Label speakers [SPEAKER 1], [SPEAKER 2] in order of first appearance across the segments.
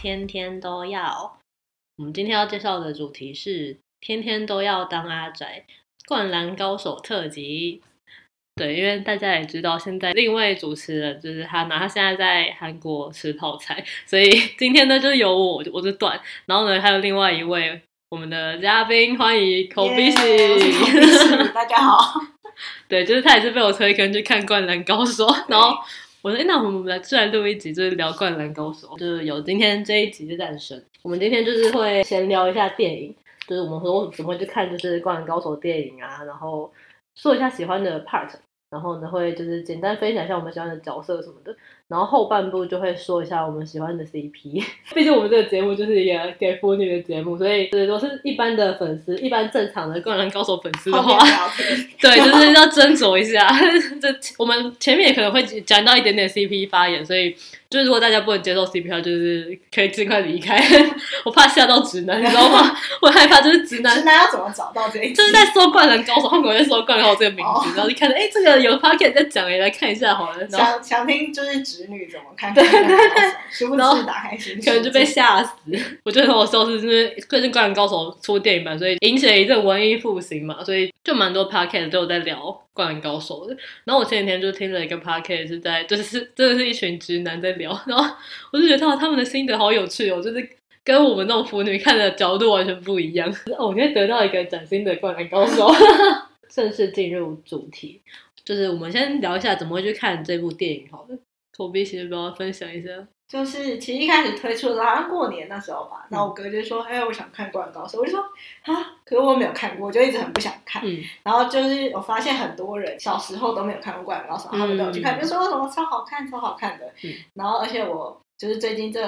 [SPEAKER 1] 天天都要。我们今天要介绍的主题是天天都要当阿宅《灌篮高手》特辑。对，因为大家也知道，现在另一位主持人就是他拿，他现在在韩国吃泡菜， 所以今天呢就由我我就断，然后呢还有另外一位我们的嘉宾，欢迎口鼻屎。
[SPEAKER 2] Yeah, 大家 好。
[SPEAKER 1] 对，就是他也是被我推坑去看《灌篮高手》，然后我说：“哎、欸，那我们来自然录一集，就是聊《灌篮高手》，就是有今天这一集的诞生。我们今天就是会闲聊一下电影，就是我们说怎么会去看，就是《灌篮高手》电影啊，然后说一下喜欢的 part，然后呢会就是简单分享一下我们喜欢的角色什么的，然后后半部就会说一下我们喜欢的 CP。毕 竟我们这个节目就是一个给腐女的节目，所以如果是一般的粉丝，一般正常的《灌篮高手》粉丝的话。” 对，就是要斟酌一下。 这我们前面也可能会讲到一点点 CP 发言，所以就是如果大家不能接受 CP 的话，就是可以尽快离开。 我怕吓到直男，你知道吗？ 我害怕就是直男。
[SPEAKER 2] 直男要怎么找到这一？
[SPEAKER 1] 就是在搜《灌篮高手》，他们在搜《灌篮高手》这个名字，然后就看到哎，这个有 p o c k e t 在讲，也来看一下好了。
[SPEAKER 2] 想想听就是直女怎么看？对对对，殊不知打开
[SPEAKER 1] 可能就被吓死。我觉得我收拾，就是最近《灌篮高手》出电影版，所以引起了一阵文艺复兴嘛，所以就蛮多 p o c k e t 都有在聊《灌篮高手》的，然后我前几天就听了一个 podcast，是在就是真的是一群直男在聊，然后我就觉得他们的心得好有趣哦，就是跟我们那种腐女看的角度完全不一 样。哦，我今天得到一个崭新的《灌篮高手》 正式进入主题，就是我们先聊一下怎么会去看这部电影好了。口碑其实帮我分享一下。
[SPEAKER 2] 就是其实一开始推出的时候，好像过年那时候吧，然后我哥就说：“哎、欸，我想看《灌篮高手》。”我就说：“啊，可是我没有看过，我就一直很不想看。嗯”然后就是我发现很多人小时候都没有看过《灌篮高手》，他们都有去看，就说什么超好看、超好看的。嗯、然后而且我就是最近这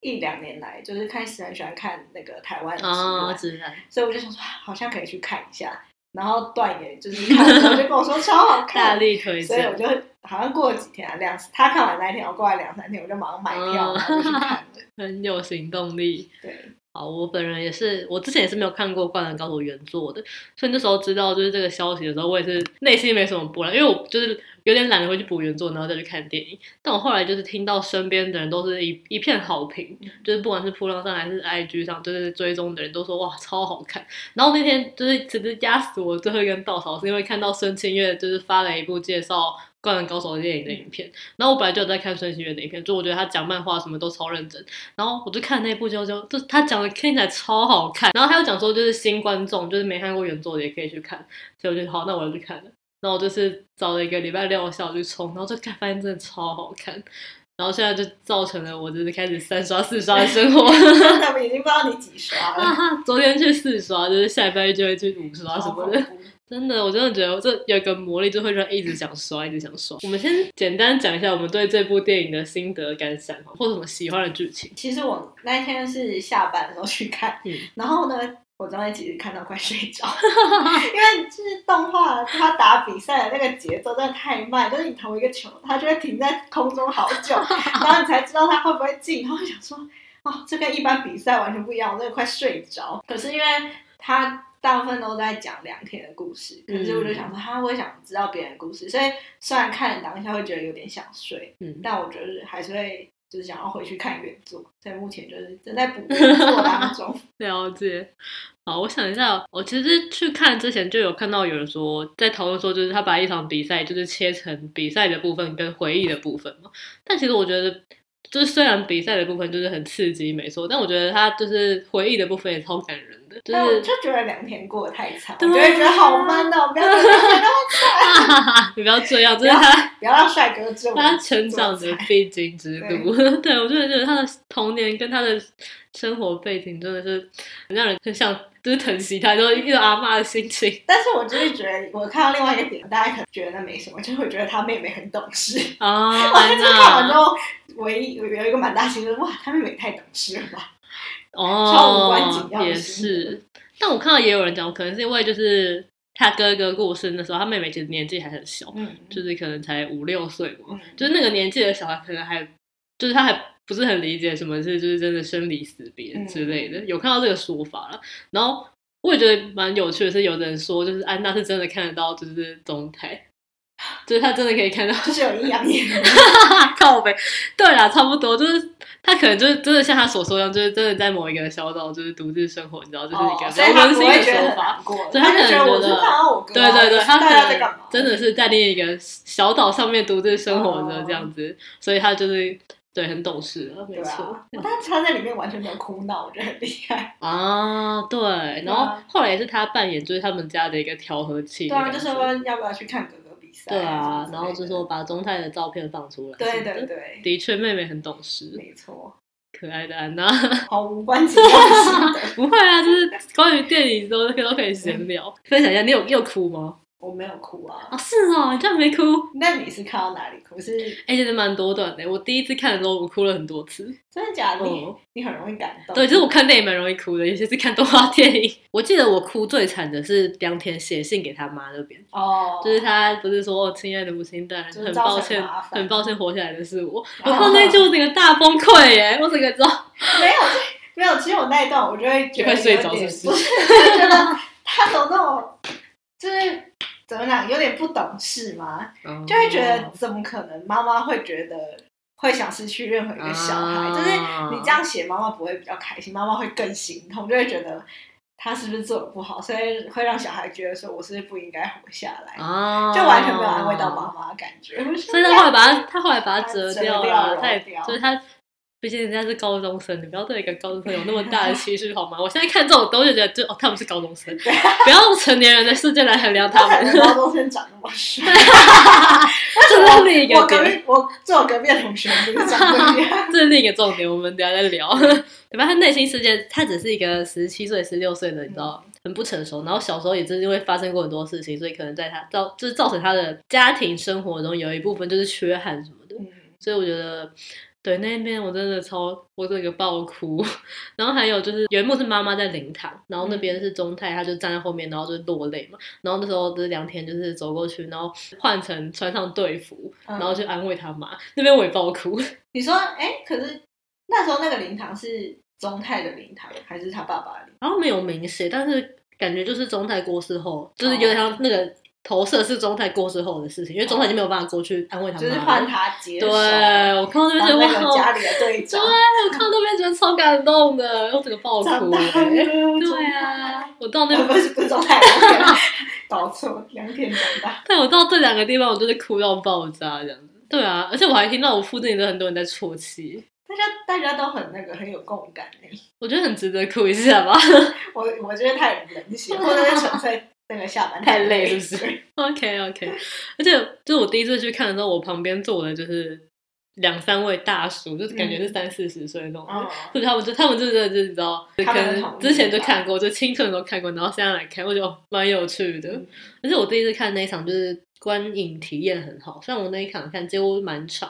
[SPEAKER 2] 一两年来，就是开始很喜欢看那个台湾的
[SPEAKER 1] 自然，哦、
[SPEAKER 2] 所以我就想说，啊好像可以去看一下。然后段也就是看的时候就跟我说超好看，
[SPEAKER 1] 大力推
[SPEAKER 2] 荐，所以我就好像过了几天啊，两他看完那一天，我过来两三天，我就马上买票、嗯、去看
[SPEAKER 1] 很有行动力。
[SPEAKER 2] 对，
[SPEAKER 1] 好，我本人也是，我之前也是没有看过《灌篮高手》原作的，所以那时候知道就是这个消息的时候，我也是内心没什么波澜，因为我就是有点懒得回去补原作，然后再去看电影。但我后来就是听到身边的人都是一一片好评，就是不管是扑浪上还是 IG 上，就是追踪的人都说哇超好看。然后那天就是其实压死我最后一根稻草，是因为看到孙清月就是发了一部介绍。《灌篮高手》电影的影片，然后我本来就有在看孙兴慜的影片，就我觉得他讲漫画什么都超认真，然后我就看那部就就就他讲的听起来超好看，然后他又讲说就是新观众就是没看过原作的也可以去看，所以我就好那我就去看了，然后我就是找了一个礼拜六下午去冲，然后就看发现真的超好看。然后现在就造成了我就是开始三刷四刷的生活，
[SPEAKER 2] 他们已经不知道你几刷了。
[SPEAKER 1] 啊、昨天去四刷，就是下礼拜就会去五刷什么的。 真的，我真的觉得这有一个魔力，就会让一直想刷，一直想刷。我们先简单讲一下我们对这部电影的心得感想，或者什么喜欢的剧情。
[SPEAKER 2] 其实我那一天是下班的时候去看，嗯、然后呢。我刚才其实看到快睡着，因为就是动画它打比赛的那个节奏真的太慢，就是你投一个球，它就会停在空中好久，然后你才知道它会不会进。然后想说，哦，这跟一般比赛完全不一样，我真的快睡着。可是因为它大部分都在讲两天的故事，可是我就想说，他、啊、会想知道别人的故事，所以虽然看了当下会觉得有点想睡，嗯，但我觉得还是会。就是想要回去看原作，所以目前就是正在补原作当中。
[SPEAKER 1] 了解，好，我想一下，哦我其实去看之前就有看到有人说在讨论说，就是他把一场比赛就是切成比赛的部分跟回忆的部分嘛。但其实我觉得，就是虽然比赛的部分就是很刺激没错，但我觉得他就是回忆的部分也超感人的。 就是啊
[SPEAKER 2] 就觉得两天过得太长，我就会觉得好慢哦，不要那么快，
[SPEAKER 1] 你不要这样，就是他。
[SPEAKER 2] 不要让帅哥知道
[SPEAKER 1] 他成长的必经之路。 对我真的觉得他的童年跟他的生活背景真的是很让人很想就是疼惜他，就是一种阿妈的心情。
[SPEAKER 2] 但是我就是觉得，我看到另外一个点，大家可能觉得没什么，就会觉得他妹妹很懂事
[SPEAKER 1] 啊。
[SPEAKER 2] 我看完之后，唯一有一个蛮大心的，哇，他妹妹太懂事了吧？
[SPEAKER 1] 哦，也是。但我看到也有人讲，可能是因为就是。他哥哥过世的时候，他妹妹其实年纪还很小，嗯、就是可能才五六岁嘛，嗯、就是那个年纪的小孩，可能还就是他还不是很理解什么是就是真的生离死别之类的，嗯、有看到这个说法了。然后我也觉得蛮有趣的是，有人说就是安娜是真的看得到就是总台，就是他真的可以看到
[SPEAKER 2] 就是有阴阳眼，
[SPEAKER 1] 靠北。对啦，差不多就是他可能就是真的像他所说一样，就是真的在某一个小岛就是独自生活，你知道，就是一个
[SPEAKER 2] 哦
[SPEAKER 1] 比
[SPEAKER 2] 所
[SPEAKER 1] 较
[SPEAKER 2] 以他
[SPEAKER 1] 温
[SPEAKER 2] 不
[SPEAKER 1] 馨的
[SPEAKER 2] 会觉得
[SPEAKER 1] 说
[SPEAKER 2] 很
[SPEAKER 1] 法。
[SPEAKER 2] 难过，
[SPEAKER 1] 对
[SPEAKER 2] 他
[SPEAKER 1] 他
[SPEAKER 2] 就
[SPEAKER 1] 可能
[SPEAKER 2] 觉得我
[SPEAKER 1] 觉
[SPEAKER 2] 就
[SPEAKER 1] 得
[SPEAKER 2] 看到我哥啊，
[SPEAKER 1] 对对对，他可
[SPEAKER 2] 大家在干
[SPEAKER 1] 能
[SPEAKER 2] 嘛？
[SPEAKER 1] 真的是在另一个小岛上面独自生活
[SPEAKER 2] 哦
[SPEAKER 1] 着这样子，所以他就是对很懂事了，没
[SPEAKER 2] 对
[SPEAKER 1] 错
[SPEAKER 2] 啊，但是他在里面完全没有哭闹，我觉得很厉 害。
[SPEAKER 1] 啊，对。然后后来也是他扮演就是他们家的一个调和器的
[SPEAKER 2] 对啊，
[SPEAKER 1] 感
[SPEAKER 2] 就
[SPEAKER 1] 觉，
[SPEAKER 2] 是问要不要去看哥哥比赛，
[SPEAKER 1] 对啊
[SPEAKER 2] 什么之类，的
[SPEAKER 1] 然后就说嗯把中泰的照片放出来，
[SPEAKER 2] 对对，对，
[SPEAKER 1] 的确妹妹很懂事，
[SPEAKER 2] 没错，
[SPEAKER 1] 可爱的安娜。
[SPEAKER 2] 毫无关紧要的事的
[SPEAKER 1] 不会啊，就是关于电影都都可以闲聊，分享一下。你有你有哭吗？
[SPEAKER 2] 我没有哭啊。
[SPEAKER 1] 啊，是哦，你居然没哭。
[SPEAKER 2] 那你是看到哪里哭？是
[SPEAKER 1] 哎、真的蛮多段的。我第一次看的时候，我哭了很多次。
[SPEAKER 2] 真的假的？你
[SPEAKER 1] 哦，
[SPEAKER 2] 你很容易感动。
[SPEAKER 1] 对，就是我看电影蛮容易哭的，尤其是看动画电影。 我记得我哭最惨的是良田写信给他妈那边，
[SPEAKER 2] 哦，
[SPEAKER 1] 就是他不是说“哦亲爱的母亲大人，
[SPEAKER 2] 就是
[SPEAKER 1] 很
[SPEAKER 2] 造成
[SPEAKER 1] 抱歉
[SPEAKER 2] 麻，烦
[SPEAKER 1] 很抱歉活下来的是我”，我
[SPEAKER 2] 哦
[SPEAKER 1] 看那一句我整个大崩溃 耶，我整个知道
[SPEAKER 2] 没有 没有，只有那一段我就会
[SPEAKER 1] 你
[SPEAKER 2] 觉得
[SPEAKER 1] 快睡着
[SPEAKER 2] 有点
[SPEAKER 1] 是不
[SPEAKER 2] 是？ 就觉得他有那种就是怎么讲，有点不懂事嘛。
[SPEAKER 1] 哦
[SPEAKER 2] 就会觉得怎么可能？妈妈会觉得会想失去任何一个小孩，
[SPEAKER 1] 啊
[SPEAKER 2] 就是你这样写，妈妈不会比较开心，妈妈会更心痛，就会觉得他是不是做的不好，所以会让小孩觉得说我是不是不应该活下来，
[SPEAKER 1] 啊，
[SPEAKER 2] 就完全没有安慰到妈妈的感觉。
[SPEAKER 1] 所以他 后来把它，他后来把它折掉了，
[SPEAKER 2] 折掉
[SPEAKER 1] 他也
[SPEAKER 2] 揉掉
[SPEAKER 1] 就是他，毕竟人家是高中生，你不要对一个高中生有那么大的期许 好吗？我现在看这种东西，觉得就哦，他们是高中生，不要用成年人的世界来衡量他
[SPEAKER 2] 他才 能
[SPEAKER 1] 们，
[SPEAKER 2] 高中生长那么 帅，
[SPEAKER 1] 这是另一
[SPEAKER 2] 我
[SPEAKER 1] 个
[SPEAKER 2] 隔
[SPEAKER 1] 点，
[SPEAKER 2] 壁我坐我隔壁的同学不是长这样，
[SPEAKER 1] 这是另一个重点，我们等一下再聊。 对吧？他内心世界，他只是一个十七岁、十六岁的，你 知
[SPEAKER 2] 嗯
[SPEAKER 1] 道。很不成熟，然后小时候也是因为发生过很多事情，所以可能在他造就是造成他的家庭生活中有一部分就是缺憾什么的。
[SPEAKER 2] 嗯，
[SPEAKER 1] 所以我觉得，对那边我真的超，我整个爆哭。 然后还有就是有一幕是妈妈在灵堂，然后那
[SPEAKER 2] 嗯
[SPEAKER 1] 边是中泰，他就站在后面，然后就落泪嘛。然后那时候就是梁天就是走过去，然后换成穿上队服，
[SPEAKER 2] 嗯
[SPEAKER 1] 然后去安慰他妈。那边我也爆哭，
[SPEAKER 2] 你说哎，可是那时候那个灵堂是宗泰的灵堂还是他爸爸的灵堂？
[SPEAKER 1] 然后没有明写，但是感觉就是中泰过世后，就是有点
[SPEAKER 2] 哦
[SPEAKER 1] 像那个投射是中泰过世后的事情，因为中泰已经没有办法过去安慰他妈
[SPEAKER 2] 就
[SPEAKER 1] 了。
[SPEAKER 2] 是换他接手
[SPEAKER 1] 对，我看到那边
[SPEAKER 2] 当
[SPEAKER 1] 觉得
[SPEAKER 2] 那
[SPEAKER 1] 哇，
[SPEAKER 2] 个
[SPEAKER 1] 好
[SPEAKER 2] 家里的队
[SPEAKER 1] 对，啊
[SPEAKER 2] 长，
[SPEAKER 1] 我看到那边觉得超感动的，我整个爆
[SPEAKER 2] 长
[SPEAKER 1] 哭、
[SPEAKER 2] 大了，
[SPEAKER 1] 欸。
[SPEAKER 2] 对
[SPEAKER 1] 对，啊，我到那
[SPEAKER 2] 啊 不是不是中泰，搞错，两天长大，
[SPEAKER 1] 对我到这两个地方，我就是哭到爆炸这样子。对啊，而且我还听到我附近的很多人在啜泣，
[SPEAKER 2] 大家大家都很那个很有共感欸
[SPEAKER 1] 我觉得很值得哭一下吧。
[SPEAKER 2] 我我觉得太冷血，或者是纯粹那个下班
[SPEAKER 1] 太累是不
[SPEAKER 2] 是？对
[SPEAKER 1] OK OK，而且就是我第一次去看的时候，我旁边坐的就是两三位大叔，就是感觉是三四十岁那种。
[SPEAKER 2] 嗯，
[SPEAKER 1] 就是他们就他们就真的就是你知道，就
[SPEAKER 2] 他
[SPEAKER 1] 可
[SPEAKER 2] 们很同
[SPEAKER 1] 能
[SPEAKER 2] 意
[SPEAKER 1] 之前就看过，就青春的时候看过，然后现在来看，我觉得哦蛮有趣的。
[SPEAKER 2] 嗯
[SPEAKER 1] 而且我第一次看那一场就是观影体验很好，虽然我那一场看几乎蛮长，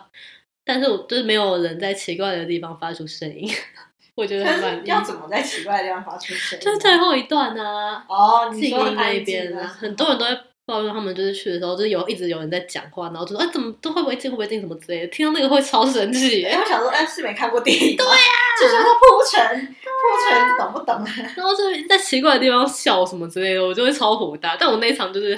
[SPEAKER 1] 但是我就是没有人在奇怪的地方发出声音， 我觉得
[SPEAKER 2] 但
[SPEAKER 1] 很
[SPEAKER 2] 是
[SPEAKER 1] 满意。
[SPEAKER 2] 要怎么在奇怪的地方发出声音？啊
[SPEAKER 1] 就是最后一段啊，
[SPEAKER 2] 哦，
[SPEAKER 1] 自
[SPEAKER 2] 你
[SPEAKER 1] 己
[SPEAKER 2] 说
[SPEAKER 1] 那
[SPEAKER 2] 安静
[SPEAKER 1] 边
[SPEAKER 2] 的
[SPEAKER 1] 啊，
[SPEAKER 2] 时候
[SPEAKER 1] 很多人都会。抱怨他们就是去的时候，就是有一直有人在讲话，然后就说啊怎么都会不会进会不会进什么之类的，听到那个会超生气耶
[SPEAKER 2] 哎，。我想说，哎，是没看过电影吗？对
[SPEAKER 1] 啊
[SPEAKER 2] 呀，这就是铺陈，铺陈懂不懂啊？
[SPEAKER 1] 然后就是在奇怪的地方笑什么之类的，我就会超火大。但我那一场就是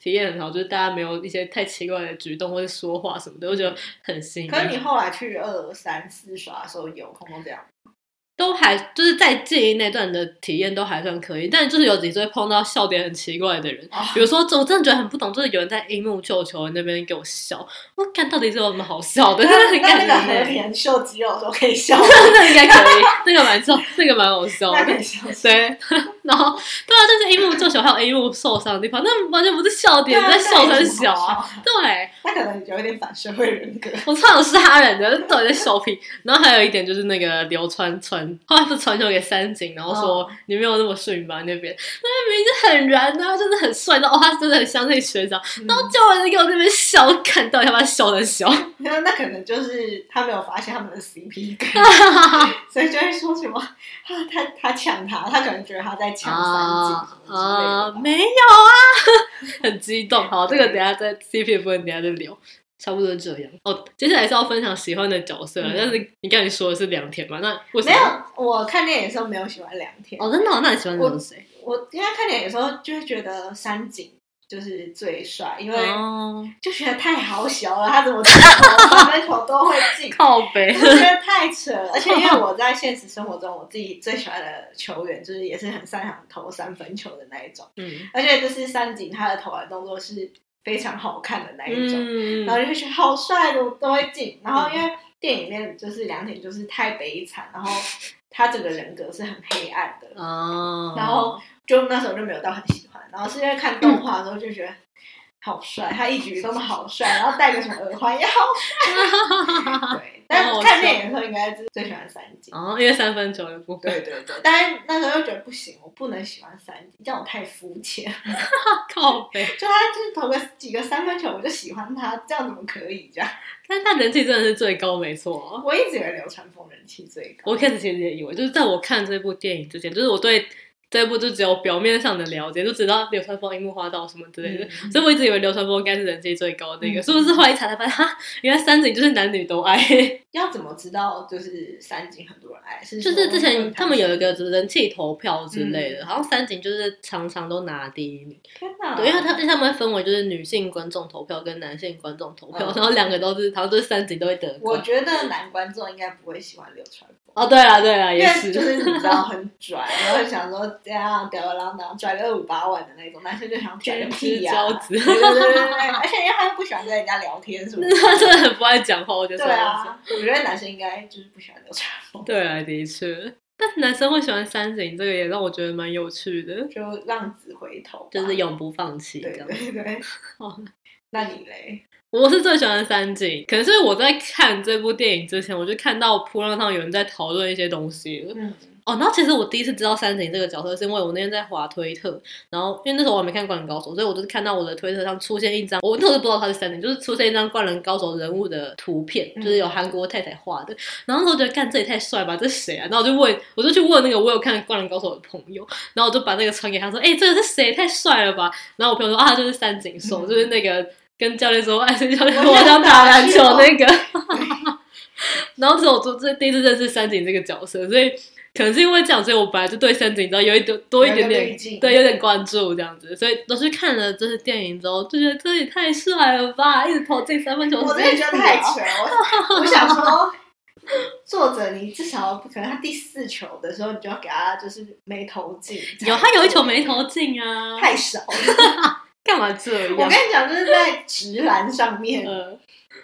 [SPEAKER 1] 体验很好，就是大家没有一些太奇怪的举动或者说话什么的，我觉得很新
[SPEAKER 2] 可是你
[SPEAKER 1] 颖。
[SPEAKER 2] 后来去二三四刷的时候，有空空这样，
[SPEAKER 1] 都还就是在记忆那段的体验都还算可以，但就是有几次会碰到笑点很奇怪的人，
[SPEAKER 2] 哦
[SPEAKER 1] 比如说我真的觉得很不懂，就是有人在樱木救球那边给我笑，我看到底是有什么好笑的，真 的很
[SPEAKER 2] 那
[SPEAKER 1] 感
[SPEAKER 2] 那个和
[SPEAKER 1] 人耶。
[SPEAKER 2] 田秀肌肉的时候可以 笑吗，
[SPEAKER 1] 那应该可以，那个蛮笑，那个蛮好笑
[SPEAKER 2] 那
[SPEAKER 1] 的
[SPEAKER 2] 可。以笑死。
[SPEAKER 1] 对， 然后对啊，就是樱木做球还有樱木受伤的地方，那完全不是笑点，
[SPEAKER 2] 对啊
[SPEAKER 1] 在笑很小
[SPEAKER 2] 那有什么
[SPEAKER 1] 啊。
[SPEAKER 2] 好笑
[SPEAKER 1] 对，
[SPEAKER 2] 那可能有一点反社会人格。
[SPEAKER 1] 我超想杀人的，到底在笑屁。然后还有一点就是那个流川传，后来不是传球给三井，然后说、
[SPEAKER 2] 哦
[SPEAKER 1] 你没有那么逊吧那边，那边明明就很燃啊，就是很帅，然后哦他真的很像那个学长，
[SPEAKER 2] 嗯
[SPEAKER 1] 然后叫人给我那边笑，看到底要不要笑的笑，
[SPEAKER 2] 那那可能就是他没有发现他们的 CP 感，所以就会说什么啊，他他抢他，他可能觉得他在抢三
[SPEAKER 1] 啊
[SPEAKER 2] 井之类
[SPEAKER 1] 啊
[SPEAKER 2] 的，吧。
[SPEAKER 1] 没有啊， 很激动。好，这个等一下在 CP 的部分等一下再聊，差不多这样。哦，接下来是要分享喜欢的角色了，
[SPEAKER 2] 嗯
[SPEAKER 1] 但是你刚才说的是良田嘛？那为什
[SPEAKER 2] 没
[SPEAKER 1] 么？
[SPEAKER 2] 有，我看电影的时候没有喜欢两天。
[SPEAKER 1] 哦，真的哦、那你喜欢的是谁？
[SPEAKER 2] 我因为看电影的时候就会觉得三井就是最帅，因为
[SPEAKER 1] 哦，，
[SPEAKER 2] 就觉得太好小了，他怎么进球、三分球都会进
[SPEAKER 1] 靠北
[SPEAKER 2] 我，就觉得太扯了。而且因为我在现实生活中，我自己最喜欢的球员就是也是很擅长投三分球的那一种，
[SPEAKER 1] 嗯
[SPEAKER 2] 而且就是三井他的投篮动作是非常好看的那一种。
[SPEAKER 1] 嗯
[SPEAKER 2] 然后就会觉得好帅的，我都会进。然后因为电影里面就是两点就是太悲惨，然后他整个人格是很黑暗的，
[SPEAKER 1] 哦，
[SPEAKER 2] 然后就那时候就没有到很喜欢。然后是因为看动画的时候就觉得。好帅，他一举一动都好帅，然后戴个什么耳环也好帅。对，但是看电影的时候应该就是最喜欢三井。
[SPEAKER 1] 哦，因为三分球的部分，
[SPEAKER 2] 对对对，但是那时候又觉得不行，我不能喜欢三井，这样我太肤浅。
[SPEAKER 1] 靠北，
[SPEAKER 2] 就他就是投个几个三分球，我就喜欢他，这样怎么可以这样？
[SPEAKER 1] 但他人气真的是最高，没错哦。
[SPEAKER 2] 我一直以为流川枫人气最高。
[SPEAKER 1] 我开始其实也以为，就是在我看这部电影之前，就是我对这部就只有表面上的了解，就知道流川枫、樱木花道什么之类的，
[SPEAKER 2] 嗯
[SPEAKER 1] 所以我一直以为流川枫应该是人气最高的那个，
[SPEAKER 2] 嗯
[SPEAKER 1] 是不是？后来一查才发现，哈，原来三井就是男女都爱，
[SPEAKER 2] 要怎么知道就是三井很多人爱？是
[SPEAKER 1] 就
[SPEAKER 2] 说
[SPEAKER 1] 是之前
[SPEAKER 2] 论坛
[SPEAKER 1] 他们有一个人气投票之类的，
[SPEAKER 2] 嗯啊
[SPEAKER 1] 好像三井就是常常都拿第一名，
[SPEAKER 2] 天哪，
[SPEAKER 1] 对，因为他他们分为就是女性观众投票跟男性观众投票，
[SPEAKER 2] 嗯
[SPEAKER 1] 然后两个都是，好像就是三井都会得
[SPEAKER 2] 我
[SPEAKER 1] 冠。
[SPEAKER 2] 觉得男观众应该不会喜欢流川枫，
[SPEAKER 1] 哦，对啊，对啊，
[SPEAKER 2] 因
[SPEAKER 1] 也
[SPEAKER 2] 为
[SPEAKER 1] 是，
[SPEAKER 2] 就是你知道很拽，然后想说这样吊儿郎当拽个五八万的那种，男生就想拽个屁呀、
[SPEAKER 1] 天之
[SPEAKER 2] 啊，
[SPEAKER 1] 骄子
[SPEAKER 2] 对对对对对，而且因为他又不喜欢跟人家聊天什 么的，
[SPEAKER 1] 他真的很不爱讲话，我觉得。
[SPEAKER 2] 对，啊，我觉得男生应该就是不喜欢流川枫，
[SPEAKER 1] 对啊，的确。但男生会喜欢三井，这个也让我觉得蛮有趣的，
[SPEAKER 2] 就浪子回头吧，
[SPEAKER 1] 就是永不放弃这
[SPEAKER 2] 对
[SPEAKER 1] 样。
[SPEAKER 2] 对对
[SPEAKER 1] 好。
[SPEAKER 2] 那你嘞？
[SPEAKER 1] 我是最喜欢三井，可是我在看这部电影之前，我就看到扑浪上有人在讨论一些东西了。
[SPEAKER 2] 嗯，
[SPEAKER 1] 哦，然后其实我第一次知道三井这个角色，是因为我那天在滑推特，然后因为那时候我还没看《灌篮高手》，所以我就是看到我的推特上出现一张，我那时候就不知道他是三井，就是出现一张《灌篮高手》人物的图片，就是
[SPEAKER 2] 嗯
[SPEAKER 1] 有韩国太太画的，然后那时候觉得干这也太帅吧，这是谁啊？然后我就问，我就去问那个我有看《灌篮高手》的朋友，然后我就把那个传给他说，哎、这个是谁？太帅了吧！然后我朋友说啊，他就是三井寿，
[SPEAKER 2] 嗯
[SPEAKER 1] 就是那个跟教练说，哎，教练，
[SPEAKER 2] 我
[SPEAKER 1] 我想
[SPEAKER 2] 想
[SPEAKER 1] 打
[SPEAKER 2] 打
[SPEAKER 1] 篮
[SPEAKER 2] 篮
[SPEAKER 1] 球
[SPEAKER 2] 球
[SPEAKER 1] 那个。 然后这是我做这第一次认识三井这个角色，所以可能是因为这样，所以我本来就对三井你知道有一点多一点
[SPEAKER 2] 有一个
[SPEAKER 1] 点
[SPEAKER 2] 滤镜
[SPEAKER 1] 对有点关注这样子，所以都是看了这些电影之后就觉得这也太帅了吧，一直投进三分球，
[SPEAKER 2] 我真的觉得太扯了，我我想说，作者你至少可能他第四球的时候，你就要给他就是没投进。
[SPEAKER 1] 有他有一球没投进啊，
[SPEAKER 2] 太少了。
[SPEAKER 1] 干嘛这
[SPEAKER 2] 我
[SPEAKER 1] 样？
[SPEAKER 2] 跟你讲，就是在直篮上面，
[SPEAKER 1] 呃，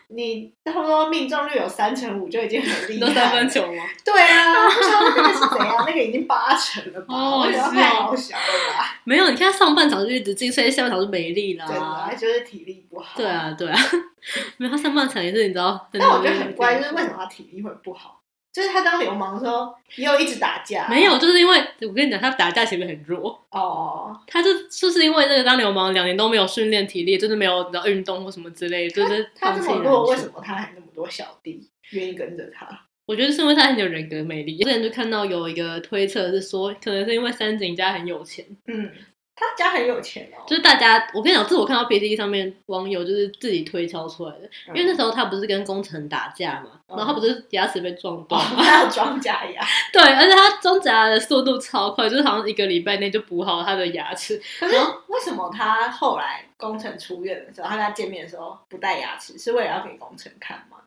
[SPEAKER 2] 你差不多命中率有三成五就已经很
[SPEAKER 1] 你
[SPEAKER 2] 厉
[SPEAKER 1] 都
[SPEAKER 2] 害。
[SPEAKER 1] 三分。球吗？
[SPEAKER 2] 对啊，我想说那个是怎样？那个已经八成了吧？
[SPEAKER 1] 哦
[SPEAKER 2] 我觉得
[SPEAKER 1] 是哦
[SPEAKER 2] 太好小了吧？
[SPEAKER 1] 没有，你看上半场就一直进，所以下半场就没力啦。
[SPEAKER 2] 真的，就是体力不好。
[SPEAKER 1] 啊对。啊，对啊， 没有他上半场也是你知道，
[SPEAKER 2] 但我觉得很怪，就是为什么他体力会不好？就是他当流氓的时候，也有一直打架。
[SPEAKER 1] 没有，就是因为我跟你讲，他打架其实很弱，
[SPEAKER 2] 哦。
[SPEAKER 1] 他就就是因为那个当流氓两年都没有训练体力，就是没有你知道运动或什么之类，就是
[SPEAKER 2] 他这
[SPEAKER 1] 放弃
[SPEAKER 2] 么
[SPEAKER 1] 篮球
[SPEAKER 2] 弱，为什？么他还那么多小弟愿意跟着他？
[SPEAKER 1] 我觉得是因为他很有人格魅力。之前就看到有一个推测是说，可能是因为三井家很有钱，
[SPEAKER 2] 嗯，他家很有钱哦，
[SPEAKER 1] 就是大家我跟你讲，这是我看到 PPT 上面网友就是自己推敲出来的，因为那时候他不是跟工程打架嘛，
[SPEAKER 2] 嗯
[SPEAKER 1] 然后他不是牙齿被撞
[SPEAKER 2] 哦
[SPEAKER 1] 断吗？
[SPEAKER 2] 他要装假牙，
[SPEAKER 1] 对，而且他装甲的速度超快，就是好像一个礼拜内就补好他的牙齿。
[SPEAKER 2] 可是
[SPEAKER 1] 啊
[SPEAKER 2] 为什么他后来工程出院的时候，他跟他见面的时候不戴牙齿，是为了要给工程看吗？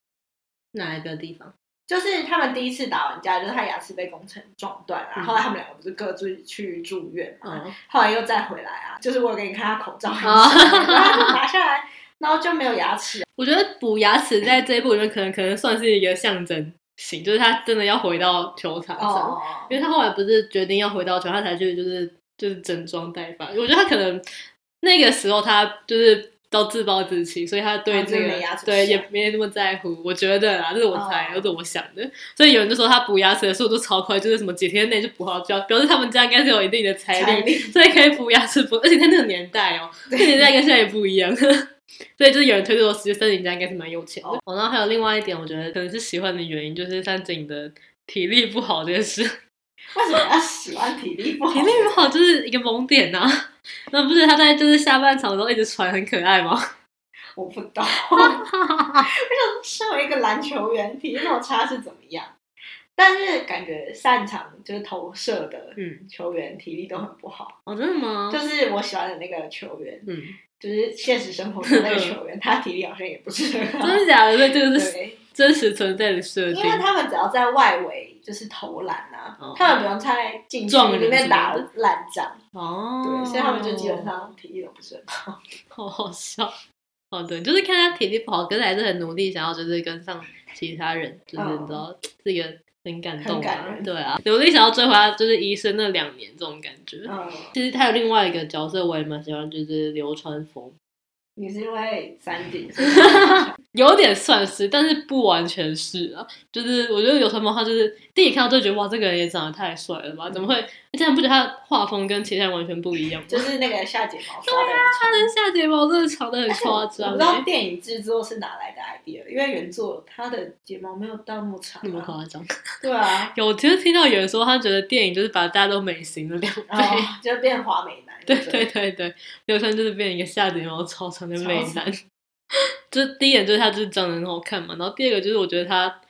[SPEAKER 1] 哪一个地方？
[SPEAKER 2] 就是他们第一次打完架，就是他牙齿被工程撞断啊，
[SPEAKER 1] 嗯
[SPEAKER 2] 后来他们两个不是各自去住院嘛，
[SPEAKER 1] 嗯，
[SPEAKER 2] 后来又再回来啊，就是我有给你看他口罩很小，
[SPEAKER 1] 哦
[SPEAKER 2] 然后他就拿下来，然后就没有牙齿啊，
[SPEAKER 1] 我觉得补牙齿在这一部里面可能可能算是一个象征性，就是他真的要回到球场上，
[SPEAKER 2] 哦
[SPEAKER 1] 因为他后来不是决定要回到球，他才去就是就是整装待发。我觉得他可能那个时候他就是。都自暴自弃，所以他对
[SPEAKER 2] 哦
[SPEAKER 1] 这
[SPEAKER 2] 就
[SPEAKER 1] 个、
[SPEAKER 2] 没牙齿
[SPEAKER 1] 对
[SPEAKER 2] 下
[SPEAKER 1] 也没那么在乎。我觉得啦，这是我猜，
[SPEAKER 2] 哦
[SPEAKER 1] 这是我想的。所以有人就说他补牙齿的速度超快，就是什么几天内就补好，表表示他们家应该是有一定的财力
[SPEAKER 2] 才力
[SPEAKER 1] 所以可以补牙齿补，而且在那个年代哦，那个年代跟现在也不一样。 所以就是有人推测说，其实三井家应该是蛮有钱的。
[SPEAKER 2] 哦
[SPEAKER 1] 哦，然后还有另外一点，我觉得可能是喜欢的原因，就是三井的体力不好这件事。 体
[SPEAKER 2] 为什么要喜欢体力不好？
[SPEAKER 1] 力不好就是一个萌点呐、那不是他在就是下半场的时候一直传很可爱吗？
[SPEAKER 2] 我不 懂，我想说身为一个篮球员，体力落差是怎么样？但是感觉擅长就是投射的
[SPEAKER 1] 嗯，
[SPEAKER 2] 球员体力都很不好，
[SPEAKER 1] 哦，真的吗？
[SPEAKER 2] 就是我喜欢的那个球员，
[SPEAKER 1] 嗯，
[SPEAKER 2] 就是现实生活中那个 球员，他体力好像也不是很好。
[SPEAKER 1] 真的假的？所以这个是
[SPEAKER 2] 嗯对，
[SPEAKER 1] 真实存在的设定
[SPEAKER 2] 因。为他们只要在外围就是投篮啊，
[SPEAKER 1] 哦
[SPEAKER 2] 他们不用在禁区
[SPEAKER 1] 撞人
[SPEAKER 2] 里面打
[SPEAKER 1] 什么
[SPEAKER 2] 烂仗，
[SPEAKER 1] 哦，
[SPEAKER 2] 对，所以他们就基本上体力都不是很好。
[SPEAKER 1] 好好笑。哦，对，就是看他体力不好，可是还是很努力，想要就是跟上其他人，就是
[SPEAKER 2] 嗯
[SPEAKER 1] 你知道，是一个很感动
[SPEAKER 2] 很
[SPEAKER 1] 啊
[SPEAKER 2] 感，人
[SPEAKER 1] 对啊，努力想要追回他就是医生那两年这种感觉。
[SPEAKER 2] 嗯，
[SPEAKER 1] 其实他有另外一个角色我也蛮喜欢，就是流川枫，
[SPEAKER 2] 你是因为三 顶，所以
[SPEAKER 1] 有点算是，但是不完全是啊。就是我觉得流川枫他就是第一看到就觉得哇，这个人也长得太帅了吧？怎么会？而且你不觉得他画风跟其他人完全不一样吗？
[SPEAKER 2] 嗯就是那个下睫毛刷的很
[SPEAKER 1] 他
[SPEAKER 2] 长。
[SPEAKER 1] 的下睫毛真的长得很夸
[SPEAKER 2] 我
[SPEAKER 1] 张、
[SPEAKER 2] 不知道
[SPEAKER 1] 欸，
[SPEAKER 2] 电影制作是哪来的 idea，因为原作他的睫毛没有到那么长、
[SPEAKER 1] 那么
[SPEAKER 2] 啊，
[SPEAKER 1] 夸张。
[SPEAKER 2] 对啊，
[SPEAKER 1] 有，其实听到有人说，他觉得电影就是把大家都美型了两倍。
[SPEAKER 2] 然后就变华美男，
[SPEAKER 1] 对
[SPEAKER 2] 不
[SPEAKER 1] 对对对，流川就是变成一个下睫毛超长的美
[SPEAKER 2] 超
[SPEAKER 1] 男。 就是第一眼就是他就是长得很好看嘛，然后第二个就是我觉得他，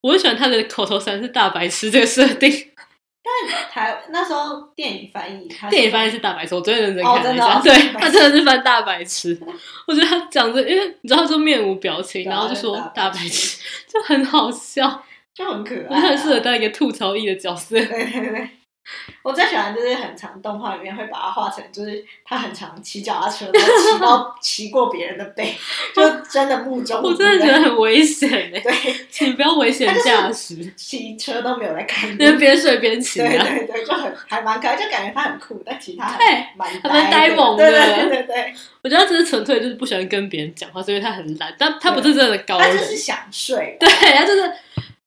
[SPEAKER 1] 我很喜欢他的口头禅是“大白痴”这个设 定。
[SPEAKER 2] 台那时候电影翻译，他
[SPEAKER 1] 电影翻译是“大白痴”，我昨天认真
[SPEAKER 2] 哦
[SPEAKER 1] 看了一
[SPEAKER 2] 真的
[SPEAKER 1] 下，
[SPEAKER 2] 哦
[SPEAKER 1] 对
[SPEAKER 2] 大白
[SPEAKER 1] 他
[SPEAKER 2] 痴
[SPEAKER 1] 真的是翻“大白痴”。我觉得他讲着，因为你知道，他就面无表情，
[SPEAKER 2] 对啊
[SPEAKER 1] 然后就说
[SPEAKER 2] 就是
[SPEAKER 1] “大
[SPEAKER 2] 大
[SPEAKER 1] 白痴”，就很好笑。
[SPEAKER 2] 就很可爱、啊，
[SPEAKER 1] 我觉得很适合当一个吐槽艺的角色。
[SPEAKER 2] 对对对，我最喜欢就是很长动画里面会把它画成，就是他很常骑脚踏车，然后 骑到骑过别人的背，就真的目中无
[SPEAKER 1] 我真的觉得
[SPEAKER 2] 人
[SPEAKER 1] 很危险哎、
[SPEAKER 2] 对，
[SPEAKER 1] 请不要危险
[SPEAKER 2] 他就是
[SPEAKER 1] 驾驶。
[SPEAKER 2] 骑车都没有在看路。
[SPEAKER 1] 那
[SPEAKER 2] 对
[SPEAKER 1] 边睡边骑啊，
[SPEAKER 2] 对对，就很还蛮可爱，就感觉他很酷，但其他很
[SPEAKER 1] 对
[SPEAKER 2] 蛮
[SPEAKER 1] 还蛮呆
[SPEAKER 2] 的
[SPEAKER 1] 萌
[SPEAKER 2] 对
[SPEAKER 1] 的
[SPEAKER 2] 对对对，
[SPEAKER 1] 哎我觉得他只是纯粹就是不喜欢跟别人讲话，所以他很懒，但他不是真的高
[SPEAKER 2] 他
[SPEAKER 1] 冷，
[SPEAKER 2] 就是想睡，
[SPEAKER 1] 对他就是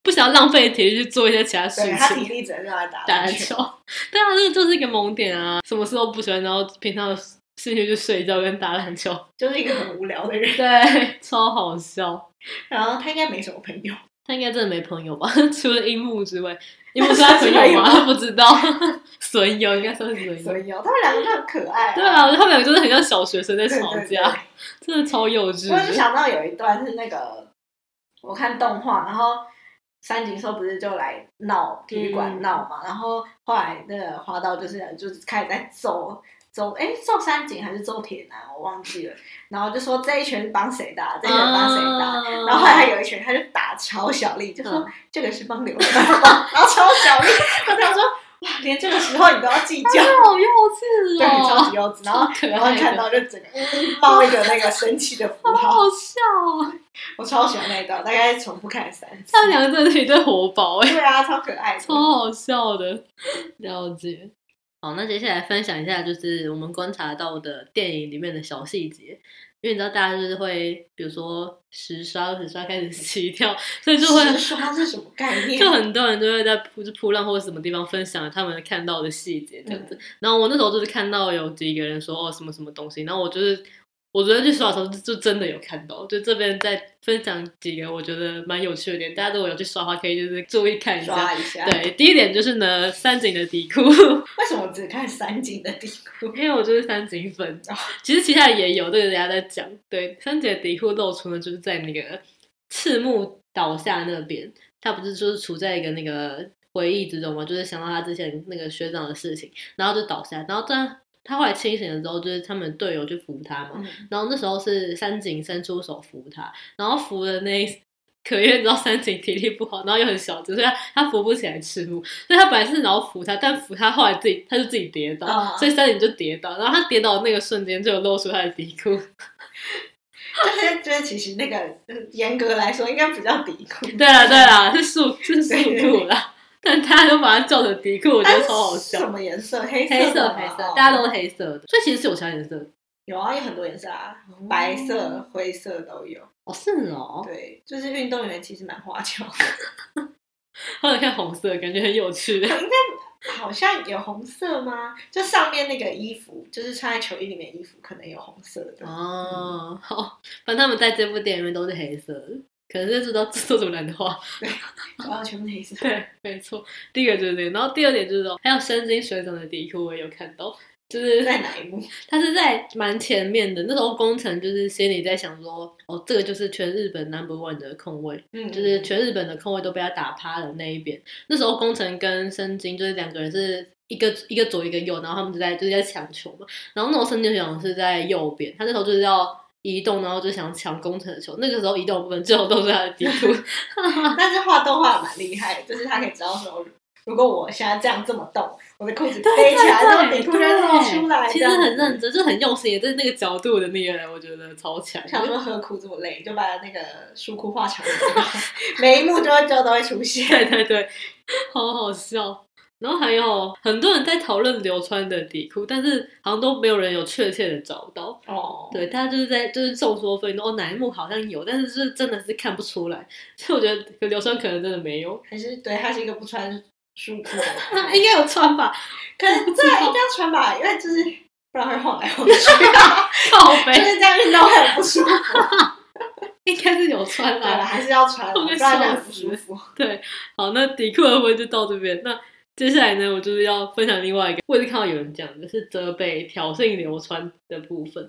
[SPEAKER 1] 不想要浪费体力去做一些其他事
[SPEAKER 2] 对他体
[SPEAKER 1] 情。
[SPEAKER 2] 力只能用来打
[SPEAKER 1] 打
[SPEAKER 2] 篮
[SPEAKER 1] 篮球，对啊，这个就是一个萌点啊，什么事都不喜欢，然后平常的兴趣就睡觉跟打篮球，
[SPEAKER 2] 就是一个很无聊的人。
[SPEAKER 1] 对，超好笑。
[SPEAKER 2] 然后他应该没什么朋友，
[SPEAKER 1] 他应该真的没朋友吧？ 除了樱木之外，樱木是他朋友吗？不知道， 损友应该算是损友
[SPEAKER 2] 所。以哦，他们两个就很可爱、
[SPEAKER 1] 嗯对啊，我觉得他们两个就是很像小学生在
[SPEAKER 2] 对，
[SPEAKER 1] 吵
[SPEAKER 2] 对对
[SPEAKER 1] 架，真的超幼稚的。
[SPEAKER 2] 我就想到有一段是那个，我看动画，然后三井寿不是就来闹体育馆
[SPEAKER 1] 嗯
[SPEAKER 2] 闹嘛，然后后来那个花道就是就是开始在揍揍，哎、揍三井还是揍铁男，我忘记了，然后就说这一拳是帮谁打，这一拳帮谁打。
[SPEAKER 1] 啊
[SPEAKER 2] 然后后来他有一拳，他就打超小丽，就说、
[SPEAKER 1] 嗯
[SPEAKER 2] 这个是帮刘德华，然后超小丽， 我想说哇，连这个时候你都要计较，
[SPEAKER 1] 好幼稚
[SPEAKER 2] 对，超
[SPEAKER 1] 哦，
[SPEAKER 2] 级幼稚。然后
[SPEAKER 1] 哎可爱
[SPEAKER 2] 然后看到就整个嗯冒一个那个生气的符
[SPEAKER 1] 好
[SPEAKER 2] 号，
[SPEAKER 1] 好笑哦！
[SPEAKER 2] 我超喜欢那一段，大概重复看了三次
[SPEAKER 1] 他。们两个真的是一对活宝哎，
[SPEAKER 2] 对啊，超可爱的。
[SPEAKER 1] 超好笑的。了解。好，那接下来分享一下，就是我们观察到的电影里面的小细节，因为你知道大家就是会，比如说十刷、二十刷开始起跳，所以就会
[SPEAKER 2] 时刷是什么概 念？
[SPEAKER 1] 就很多人就会在扑就扑浪或者什么地方分享他们看到的细节这样子。
[SPEAKER 2] 嗯
[SPEAKER 1] 然后我那时候就是看到有几个人说哦什么什么东西，然后我就是我昨天去刷的时候就就真的有看到，就这边在分享几个我觉得蛮有趣的点，大家如果有去刷的话，可以就是注意看一下。
[SPEAKER 2] 刷一下。，
[SPEAKER 1] 对，第一点就是呢，三井的底裤，
[SPEAKER 2] 为什么只看三井的底裤？
[SPEAKER 1] 因为我就是三井粉，其实其他人也有，这个人家在讲。对，三井的底裤露出呢，就是在那个赤木倒下那边，他不是就是处在一个那个回忆之中嘛，就是想到他之前那个学长的事情，然后就倒下，然后但他后来清醒了之后，就是他们队友去扶他嘛，
[SPEAKER 2] 嗯，
[SPEAKER 1] 然后那时候是三井伸出手扶他，然后扶的那一。 可因为你知道三井体力不好，然后又很小只，所以他他扶不起来赤木，所以他本来是想要扶他，但扶他后来自己他就自己跌倒，
[SPEAKER 2] 嗯
[SPEAKER 1] 所以三井就跌倒，然后他跌倒的那个瞬间就有露出他的底裤，
[SPEAKER 2] 就是就是，其实那个嗯严格来说应该不叫底裤。
[SPEAKER 1] 对啦对啊啦，是束是束
[SPEAKER 2] 对对对
[SPEAKER 1] 裤啦，但大家都把它叫成底裤，我觉
[SPEAKER 2] 它
[SPEAKER 1] 得
[SPEAKER 2] 是
[SPEAKER 1] 超好
[SPEAKER 2] 什
[SPEAKER 1] 笑，
[SPEAKER 2] 啊么哦颜色？黑
[SPEAKER 1] 黑
[SPEAKER 2] 色
[SPEAKER 1] 色
[SPEAKER 2] 的
[SPEAKER 1] 黑
[SPEAKER 2] 吗
[SPEAKER 1] 色，大家都是黑色的，所以其实是有其他颜色的，
[SPEAKER 2] 有啊，有很多颜色啊，白色、灰色都有。
[SPEAKER 1] 哦是哦，
[SPEAKER 2] 对，就是运动员其实蛮花俏的，
[SPEAKER 1] 或者看红色，感觉很有趣的，
[SPEAKER 2] 好像有红色吗？就上面那个衣服，就是穿在球衣里面的衣服，可能有红色的。
[SPEAKER 1] 哦，好，反正他们在这部电影里面都是黑色的，可能是知道制作组懒得画。
[SPEAKER 2] 然后全部黑色。
[SPEAKER 1] 对，没错，第一个就是这个，然后第二点就是说，还有深津水长的底裤我也有看到，就是
[SPEAKER 2] 在哪一幕？
[SPEAKER 1] 他是在蛮前面的，那时候工程就是心里在想说，哦，这个就是全日本 number one 的空位，
[SPEAKER 2] 嗯
[SPEAKER 1] 就是全日本的空位都被他打趴了那一边。那时候工程跟深津就是两个人是一个一个左一个右，然后他们就在就是在抢球嘛。然后那时候森田翔是在右边，他那时候就是要移动，然后就想抢工程的球。那个时候移动的部分最后都是他的 截图，
[SPEAKER 2] 啊但是画动画蛮厉害，就是他可以知道说，如果我现在这样这么动，我的裤子
[SPEAKER 1] 对
[SPEAKER 2] 飞起来，
[SPEAKER 1] 对
[SPEAKER 2] 然后底裤就
[SPEAKER 1] 对
[SPEAKER 2] 露出来，
[SPEAKER 1] 其
[SPEAKER 2] 这
[SPEAKER 1] 实
[SPEAKER 2] 样子
[SPEAKER 1] 很认真，就是很用心，也就是那个角度的那个人，我觉得超强。
[SPEAKER 2] 想说何苦这么累，就把那个书库画成， 每一幕就会就都会出现。
[SPEAKER 1] 对对对，好好笑。然后还有很多人在讨论流川的底裤，但是好像都没有人有确切的找到。
[SPEAKER 2] 哦，
[SPEAKER 1] 对，大家就是在就是众说纷纭，哦，哪一幕好像有，但是就是真的是看不出来。所以我觉得流川可能真的没有，
[SPEAKER 2] 还是对他是一个不穿书库 的
[SPEAKER 1] 啊
[SPEAKER 2] 人，
[SPEAKER 1] 应该有穿吧？
[SPEAKER 2] 可是这应该要穿吧，因为就是不然会晃来晃去， 就
[SPEAKER 1] 靠背
[SPEAKER 2] 是这样运动会很不舒服。
[SPEAKER 1] 应该是有穿
[SPEAKER 2] 对了，
[SPEAKER 1] 啦。
[SPEAKER 2] 还是要穿，
[SPEAKER 1] 我
[SPEAKER 2] 不
[SPEAKER 1] 快
[SPEAKER 2] 然
[SPEAKER 1] 笑死
[SPEAKER 2] 就很不舒服。
[SPEAKER 1] 对， 好，那底裤的部分就到这边。那接下来呢，我就是要分享另外一个，我也是看到有人讲的是责备挑衅流川的部分。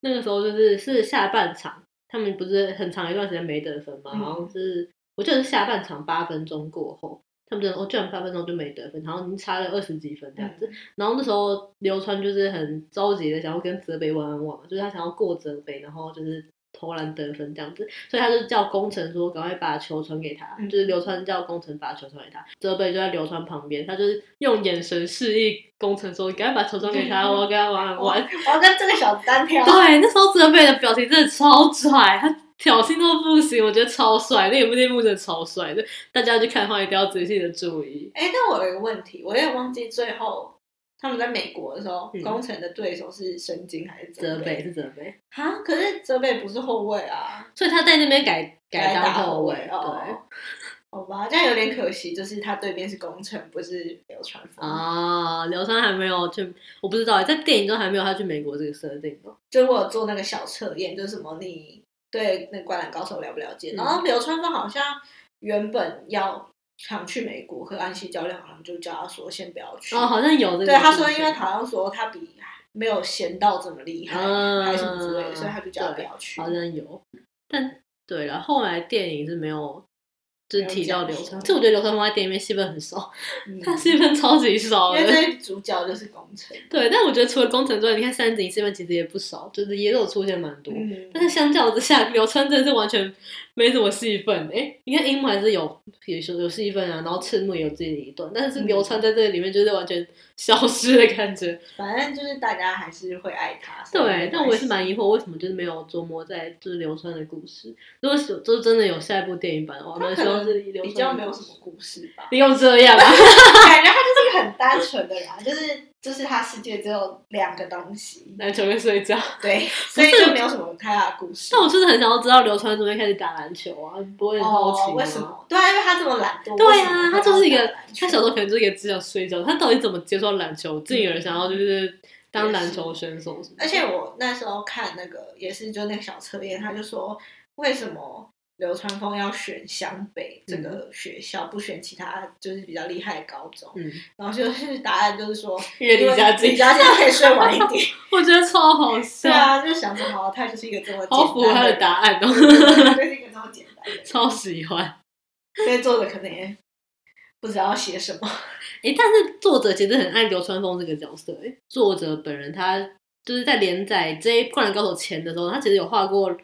[SPEAKER 1] 那个时候就是是下半场，他们不是很长一段时间没得分嘛，
[SPEAKER 2] 嗯
[SPEAKER 1] 好像是我记得是下半场八分钟过后，他们真的哦，居然八分钟就没得分，然后已经差了二十几分这样子。然后那时候流川就是很着急的想要跟泽北玩玩玩嘛，就是他想要过泽北，然后就是投篮得分这样子，所以他就叫工程说赶快把球传给他，
[SPEAKER 2] 嗯
[SPEAKER 1] 就是流川叫工程把球传给他，泽北就在流川旁边，他就是用眼神示意工程说赶快把球传给他，
[SPEAKER 2] 嗯
[SPEAKER 1] 我要跟他玩玩
[SPEAKER 2] 我
[SPEAKER 1] 玩。
[SPEAKER 2] 我要跟这个小子单挑。
[SPEAKER 1] 对，那时候泽北的表情真的超拽，他挑衅到不行，我觉得超帅，那个那幕真的超帅，就大家去看的话一定要仔细的注意。
[SPEAKER 2] 哎，但我有一个问题，我有点忘记最后他们在美国的时候
[SPEAKER 1] 嗯，
[SPEAKER 2] 工程的对手是神经还是
[SPEAKER 1] 泽
[SPEAKER 2] 泽
[SPEAKER 1] 北？是泽北，
[SPEAKER 2] 啊，可是泽北不是后卫啊，
[SPEAKER 1] 所以他在那边改改当
[SPEAKER 2] 打
[SPEAKER 1] 后卫，
[SPEAKER 2] 卫
[SPEAKER 1] 对。
[SPEAKER 2] 哦。好吧，这样有点可惜，就是他对面是工程，不是流川枫。
[SPEAKER 1] 啊，流川还没有去，我不知道，在电影中还没有他去美国这个设定哦。
[SPEAKER 2] 就是我有做那个小测验，就是什么你对那《灌篮高手》了不了解？
[SPEAKER 1] 嗯
[SPEAKER 2] 然后流川枫好像原本要想去美国，可安西教练好像就叫他说先不要去。
[SPEAKER 1] 哦，好像有这个。
[SPEAKER 2] 对，他说因为好像说他比没有闲到这么厉害，
[SPEAKER 1] 嗯
[SPEAKER 2] 还是什么之类的，所以他就叫他不
[SPEAKER 1] 对
[SPEAKER 2] 要去。
[SPEAKER 1] 好像有，但对了，后来电影是没有。就是提到流川，
[SPEAKER 2] 没有讲
[SPEAKER 1] 其实我觉得流川枫在电影里面戏份很少，
[SPEAKER 2] 嗯
[SPEAKER 1] 他戏份超级少
[SPEAKER 2] 因
[SPEAKER 1] 的
[SPEAKER 2] 为。这主角就是工程。
[SPEAKER 1] 对，但我觉得除了工程之外，你看三井戏份其实也不少，就是也有出现蛮多。
[SPEAKER 2] 嗯，
[SPEAKER 1] 但是相较之下，流川真的是完全没什么戏份。哎，你看樱木还是有也是有戏份啊，然后赤木也有自己的一段，但是
[SPEAKER 2] 嗯
[SPEAKER 1] 流川在这里面就是完全消失的感觉。
[SPEAKER 2] 反正就是大家还是会爱他。所以没
[SPEAKER 1] 对，但我也是
[SPEAKER 2] 关系
[SPEAKER 1] 蛮疑惑，为什么就是没有琢磨在就是流川的故事。如果是就是真的有下一部电影版的话，
[SPEAKER 2] 他
[SPEAKER 1] 那
[SPEAKER 2] 可
[SPEAKER 1] 希望
[SPEAKER 2] 能
[SPEAKER 1] 是流川
[SPEAKER 2] 比较没有
[SPEAKER 1] 的故
[SPEAKER 2] 什
[SPEAKER 1] 事
[SPEAKER 2] 么故事吧。
[SPEAKER 1] 不用这样啊！
[SPEAKER 2] 感觉他就是一个很单纯的人啊，就是就是他世界只有两个东西，
[SPEAKER 1] 篮球跟睡觉。
[SPEAKER 2] 对，所以就没有什么太大的故事哦
[SPEAKER 1] 但。我就是很想要知道流川怎么会开始打篮球啊，不会很好奇吗？
[SPEAKER 2] 哦，为什？么？对啊，因为他这么懒惰。
[SPEAKER 1] 对
[SPEAKER 2] 为什
[SPEAKER 1] 啊，
[SPEAKER 2] 么
[SPEAKER 1] 他就是一个，他
[SPEAKER 2] 他
[SPEAKER 1] 小时候可能就是一个只想睡觉，他到底怎么接触到篮球，进而想要就是当篮球选手什么的？
[SPEAKER 2] 而且我那时候看那个也是，就那个小测验，他就说为什么流川枫要选湘北这个学校，不选其他就是比较厉害的高中？
[SPEAKER 1] 嗯，
[SPEAKER 2] 然后就是 答案就是说，
[SPEAKER 1] 越离家
[SPEAKER 2] 因为
[SPEAKER 1] 近
[SPEAKER 2] 离，家近可以睡晚一 点。
[SPEAKER 1] 我觉得超好笑
[SPEAKER 2] 对，啊，就想着好，他就是一个这么
[SPEAKER 1] 好符合
[SPEAKER 2] 简单
[SPEAKER 1] 他
[SPEAKER 2] 的
[SPEAKER 1] 的
[SPEAKER 2] 人
[SPEAKER 1] 答案 哦，
[SPEAKER 2] 就是一个这么简单的人，
[SPEAKER 1] 超喜欢。
[SPEAKER 2] 所以作者可能也不知道写什么。
[SPEAKER 1] 诶，但是作者其实很爱流川枫这个角色、诶，作者本人他就是在连载这一《灌篮高手》前的时候，他其实有画过。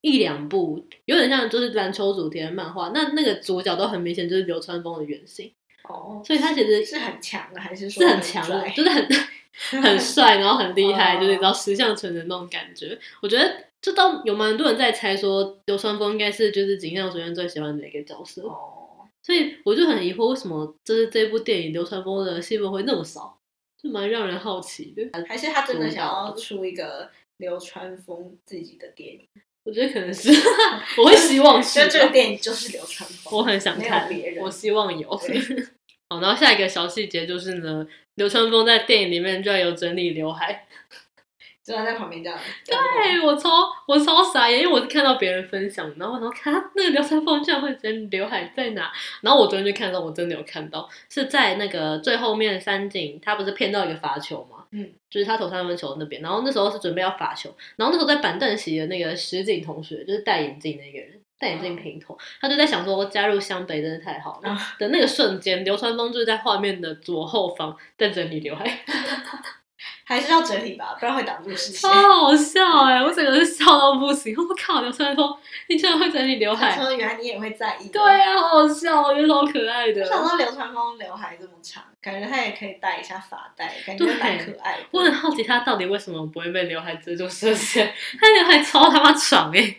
[SPEAKER 1] 一两部有点像就是篮球主题的漫画，那那个主角都很明显就是流川枫的原型，
[SPEAKER 2] 哦，
[SPEAKER 1] 所以他其实
[SPEAKER 2] 是很强啊的，还是说
[SPEAKER 1] 是很强的，
[SPEAKER 2] 拽
[SPEAKER 1] 就是很 很帅，然后很厉害，
[SPEAKER 2] 哦
[SPEAKER 1] 就是你知道石像纯的那种感觉。我觉得这倒有蛮多人在猜说流川枫应该是就是井上学院最喜欢的一个角色，
[SPEAKER 2] 哦，
[SPEAKER 1] 所以我就很疑惑为什么就是这部电影流川枫的戏份会那么少，就蛮让人好奇的。
[SPEAKER 2] 还是他真的想要出一个流川枫自己的电影？
[SPEAKER 1] 我觉得可能是，我会希望是
[SPEAKER 2] 所以这个
[SPEAKER 1] 吧，
[SPEAKER 2] 电影就是流川
[SPEAKER 1] 我
[SPEAKER 2] 枫。
[SPEAKER 1] 很想看
[SPEAKER 2] 没有别，人
[SPEAKER 1] 我希望有。
[SPEAKER 2] 对
[SPEAKER 1] 好，然后下一个小细节就是呢，流川枫在电影里面居然有整理刘海，
[SPEAKER 2] 就他在旁边这样。
[SPEAKER 1] 哎、我超我超傻眼，因为我是看到别人分享，然后我想说看啊那个流川枫居然会整刘海在哪，然后我昨天去看到，我真的有看到，是在那个最后面三井他不是骗到一个罚球嘛，
[SPEAKER 2] 嗯，
[SPEAKER 1] 就是他投三分球那边，然后那时候是准备要罚球，然后那时候在板凳席的那个石井同学，就是戴眼镜那个人，戴眼镜平头，他就在想说加入湘北真是太好了。的那个瞬间，流川枫就是在画面的左后方在整理刘海，
[SPEAKER 2] 还是要整理吧，不然会挡住视
[SPEAKER 1] 超
[SPEAKER 2] 线。
[SPEAKER 1] 好笑哎、我整个是笑到不行。我靠，流川枫，你居然会整理刘
[SPEAKER 2] 他
[SPEAKER 1] 海？
[SPEAKER 2] 说原来你也会在意。
[SPEAKER 1] 对。啊，好好笑，我觉得超可爱的。
[SPEAKER 2] 想到流川枫刘海这么长，感觉他也可以戴一下发带，感觉
[SPEAKER 1] 对
[SPEAKER 2] 蛮可爱的。
[SPEAKER 1] 我很好奇他到底为什么不会被刘海遮住视线，他刘海超他妈长哎、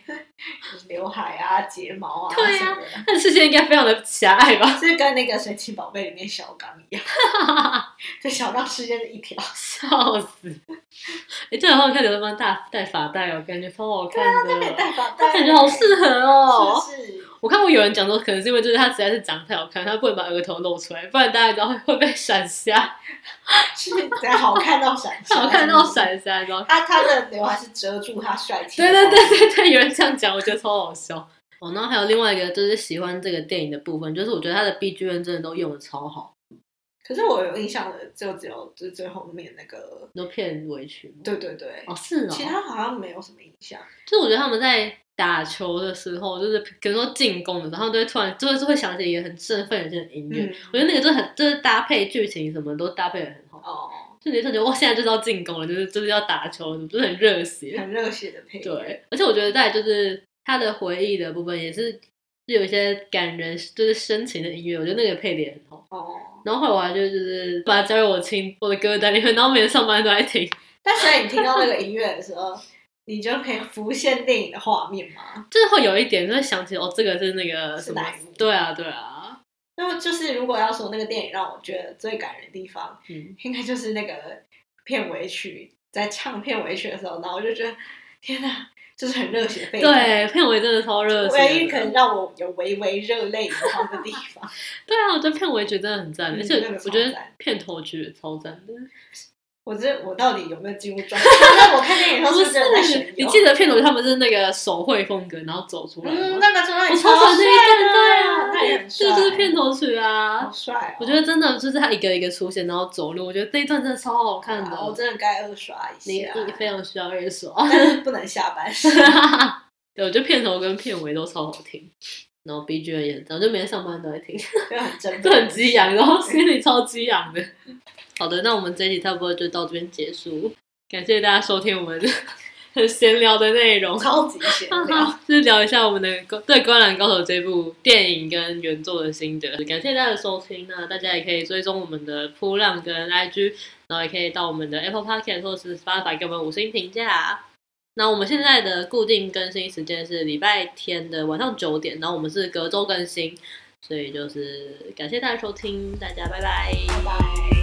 [SPEAKER 2] 刘海啊、睫毛啊
[SPEAKER 1] 对啊
[SPEAKER 2] 什么的，
[SPEAKER 1] 他的视线应该非常的狭隘吧？
[SPEAKER 2] 就跟那个神奇宝贝里面小刚一样，就小刚之间的一条。
[SPEAKER 1] 笑死！哎、这很好看，刘德芳大戴发带哦，感觉超好看
[SPEAKER 2] 可以
[SPEAKER 1] 的，
[SPEAKER 2] 啊戴发带，
[SPEAKER 1] 他感觉好适合哦。
[SPEAKER 2] 是不是？
[SPEAKER 1] 我看过有人讲说，可能是因为就是他实在是长得太好看，他不能把额头露出来，不然大家知道会会被闪瞎，
[SPEAKER 2] 是怎样好看到闪
[SPEAKER 1] 好看到。闪瞎，你知道吗？
[SPEAKER 2] 他他的刘海是遮住他帅气。
[SPEAKER 1] 对对。对对对，有人这样讲，我觉得超好笑。哦，然后还有另外一个就是喜欢这个电影的部分，就是我觉得他的 B G M 真的都用的超好，
[SPEAKER 2] 可是我有印象的就只有就是最后面那个，
[SPEAKER 1] 都片尾曲。
[SPEAKER 2] 对对对，
[SPEAKER 1] 哦，是哦，嗯
[SPEAKER 2] 其他好像没有什么印象。
[SPEAKER 1] 就是我觉得他们在打球的时候，就是比如说进攻的时候，他们都会突然就是会想起一个很振奋人心的音乐。
[SPEAKER 2] 嗯
[SPEAKER 1] 我觉得那个就很就是搭配剧情什么都搭配的很好，
[SPEAKER 2] 哦，
[SPEAKER 1] 就你就觉得哇，现在就是要进攻了，就是就是要打球，就是很热血。
[SPEAKER 2] 很热血的配乐。
[SPEAKER 1] 对，而且我觉得在就是他的回忆的部分也是。就有一些感人，就是深情的音乐，我觉得那个配的也很好。
[SPEAKER 2] 哦，
[SPEAKER 1] 然后后来我还就就是把它加入我听我的歌单里面，然后每天上班都在听。
[SPEAKER 2] 但所以你听到那个音乐的时候，你就可以浮现电影的画面吗？
[SPEAKER 1] 就是会有一点，就会想起哦，这个是那个什
[SPEAKER 2] 是
[SPEAKER 1] 么
[SPEAKER 2] 哪一部？
[SPEAKER 1] 对啊，对啊，
[SPEAKER 2] 那就是如果要说那个电影让我觉得最感人的地方，
[SPEAKER 1] 嗯，
[SPEAKER 2] 应该就是那个片尾曲，在唱片尾曲的时候，然后我就觉得天哪，就是很热血沸腾。
[SPEAKER 1] 对，片尾真的超热血的。
[SPEAKER 2] 唯一可能让我有微微热泪盈眶的地方，
[SPEAKER 1] 对啊，我觉得片尾曲真的很赞，
[SPEAKER 2] 嗯
[SPEAKER 1] 而且
[SPEAKER 2] 那个
[SPEAKER 1] 我
[SPEAKER 2] 超
[SPEAKER 1] 觉得
[SPEAKER 2] 赞
[SPEAKER 1] 片头曲也超赞的。
[SPEAKER 2] 我这我到底有没有进入状态？那我看电影的时候
[SPEAKER 1] 不
[SPEAKER 2] 是真的在
[SPEAKER 1] 是
[SPEAKER 2] 神，
[SPEAKER 1] 你
[SPEAKER 2] 游
[SPEAKER 1] 记得片头曲他们是那个手绘风格，然后走出来
[SPEAKER 2] 嗯，
[SPEAKER 1] 吗？
[SPEAKER 2] 那个真的
[SPEAKER 1] 我
[SPEAKER 2] 很
[SPEAKER 1] 超喜
[SPEAKER 2] 超
[SPEAKER 1] 欢
[SPEAKER 2] 帅
[SPEAKER 1] 那一段，
[SPEAKER 2] 的，那也
[SPEAKER 1] 对啊，
[SPEAKER 2] 很帅，
[SPEAKER 1] 这就是片头曲啊
[SPEAKER 2] 好。帅哦。
[SPEAKER 1] 我觉得真的就是他一个一个出现，然后走路，我觉得那一段真的超好看
[SPEAKER 2] 啊我
[SPEAKER 1] 的。
[SPEAKER 2] 真的啊该二刷一
[SPEAKER 1] 你
[SPEAKER 2] 下，
[SPEAKER 1] 你非常需要二刷。
[SPEAKER 2] 但是不能下班。
[SPEAKER 1] 对，我觉得片头跟片尾都超好听，然后 B G M 也，我就每天上班都在听。
[SPEAKER 2] 就很真，
[SPEAKER 1] 都很激昂，然后心里超激昂的。好的，那我们这一集差不多就到这边结束，感谢大家收听我们 很闲聊的内容，
[SPEAKER 2] 超级闲 聊。
[SPEAKER 1] 就是聊一下我们的高对《灌篮高手》这部电影跟原作的心得。感谢大家的收听，那大家也可以追踪我们的扑浪跟 IG，然后也可以到我们的 Apple Podcast 或是 Spotify 给我们五星评价。那我们现在的固定更新时间是礼拜天的晚上九点，然后我们是隔周更新，所以就是感谢大家收听，大家拜拜
[SPEAKER 2] 拜拜。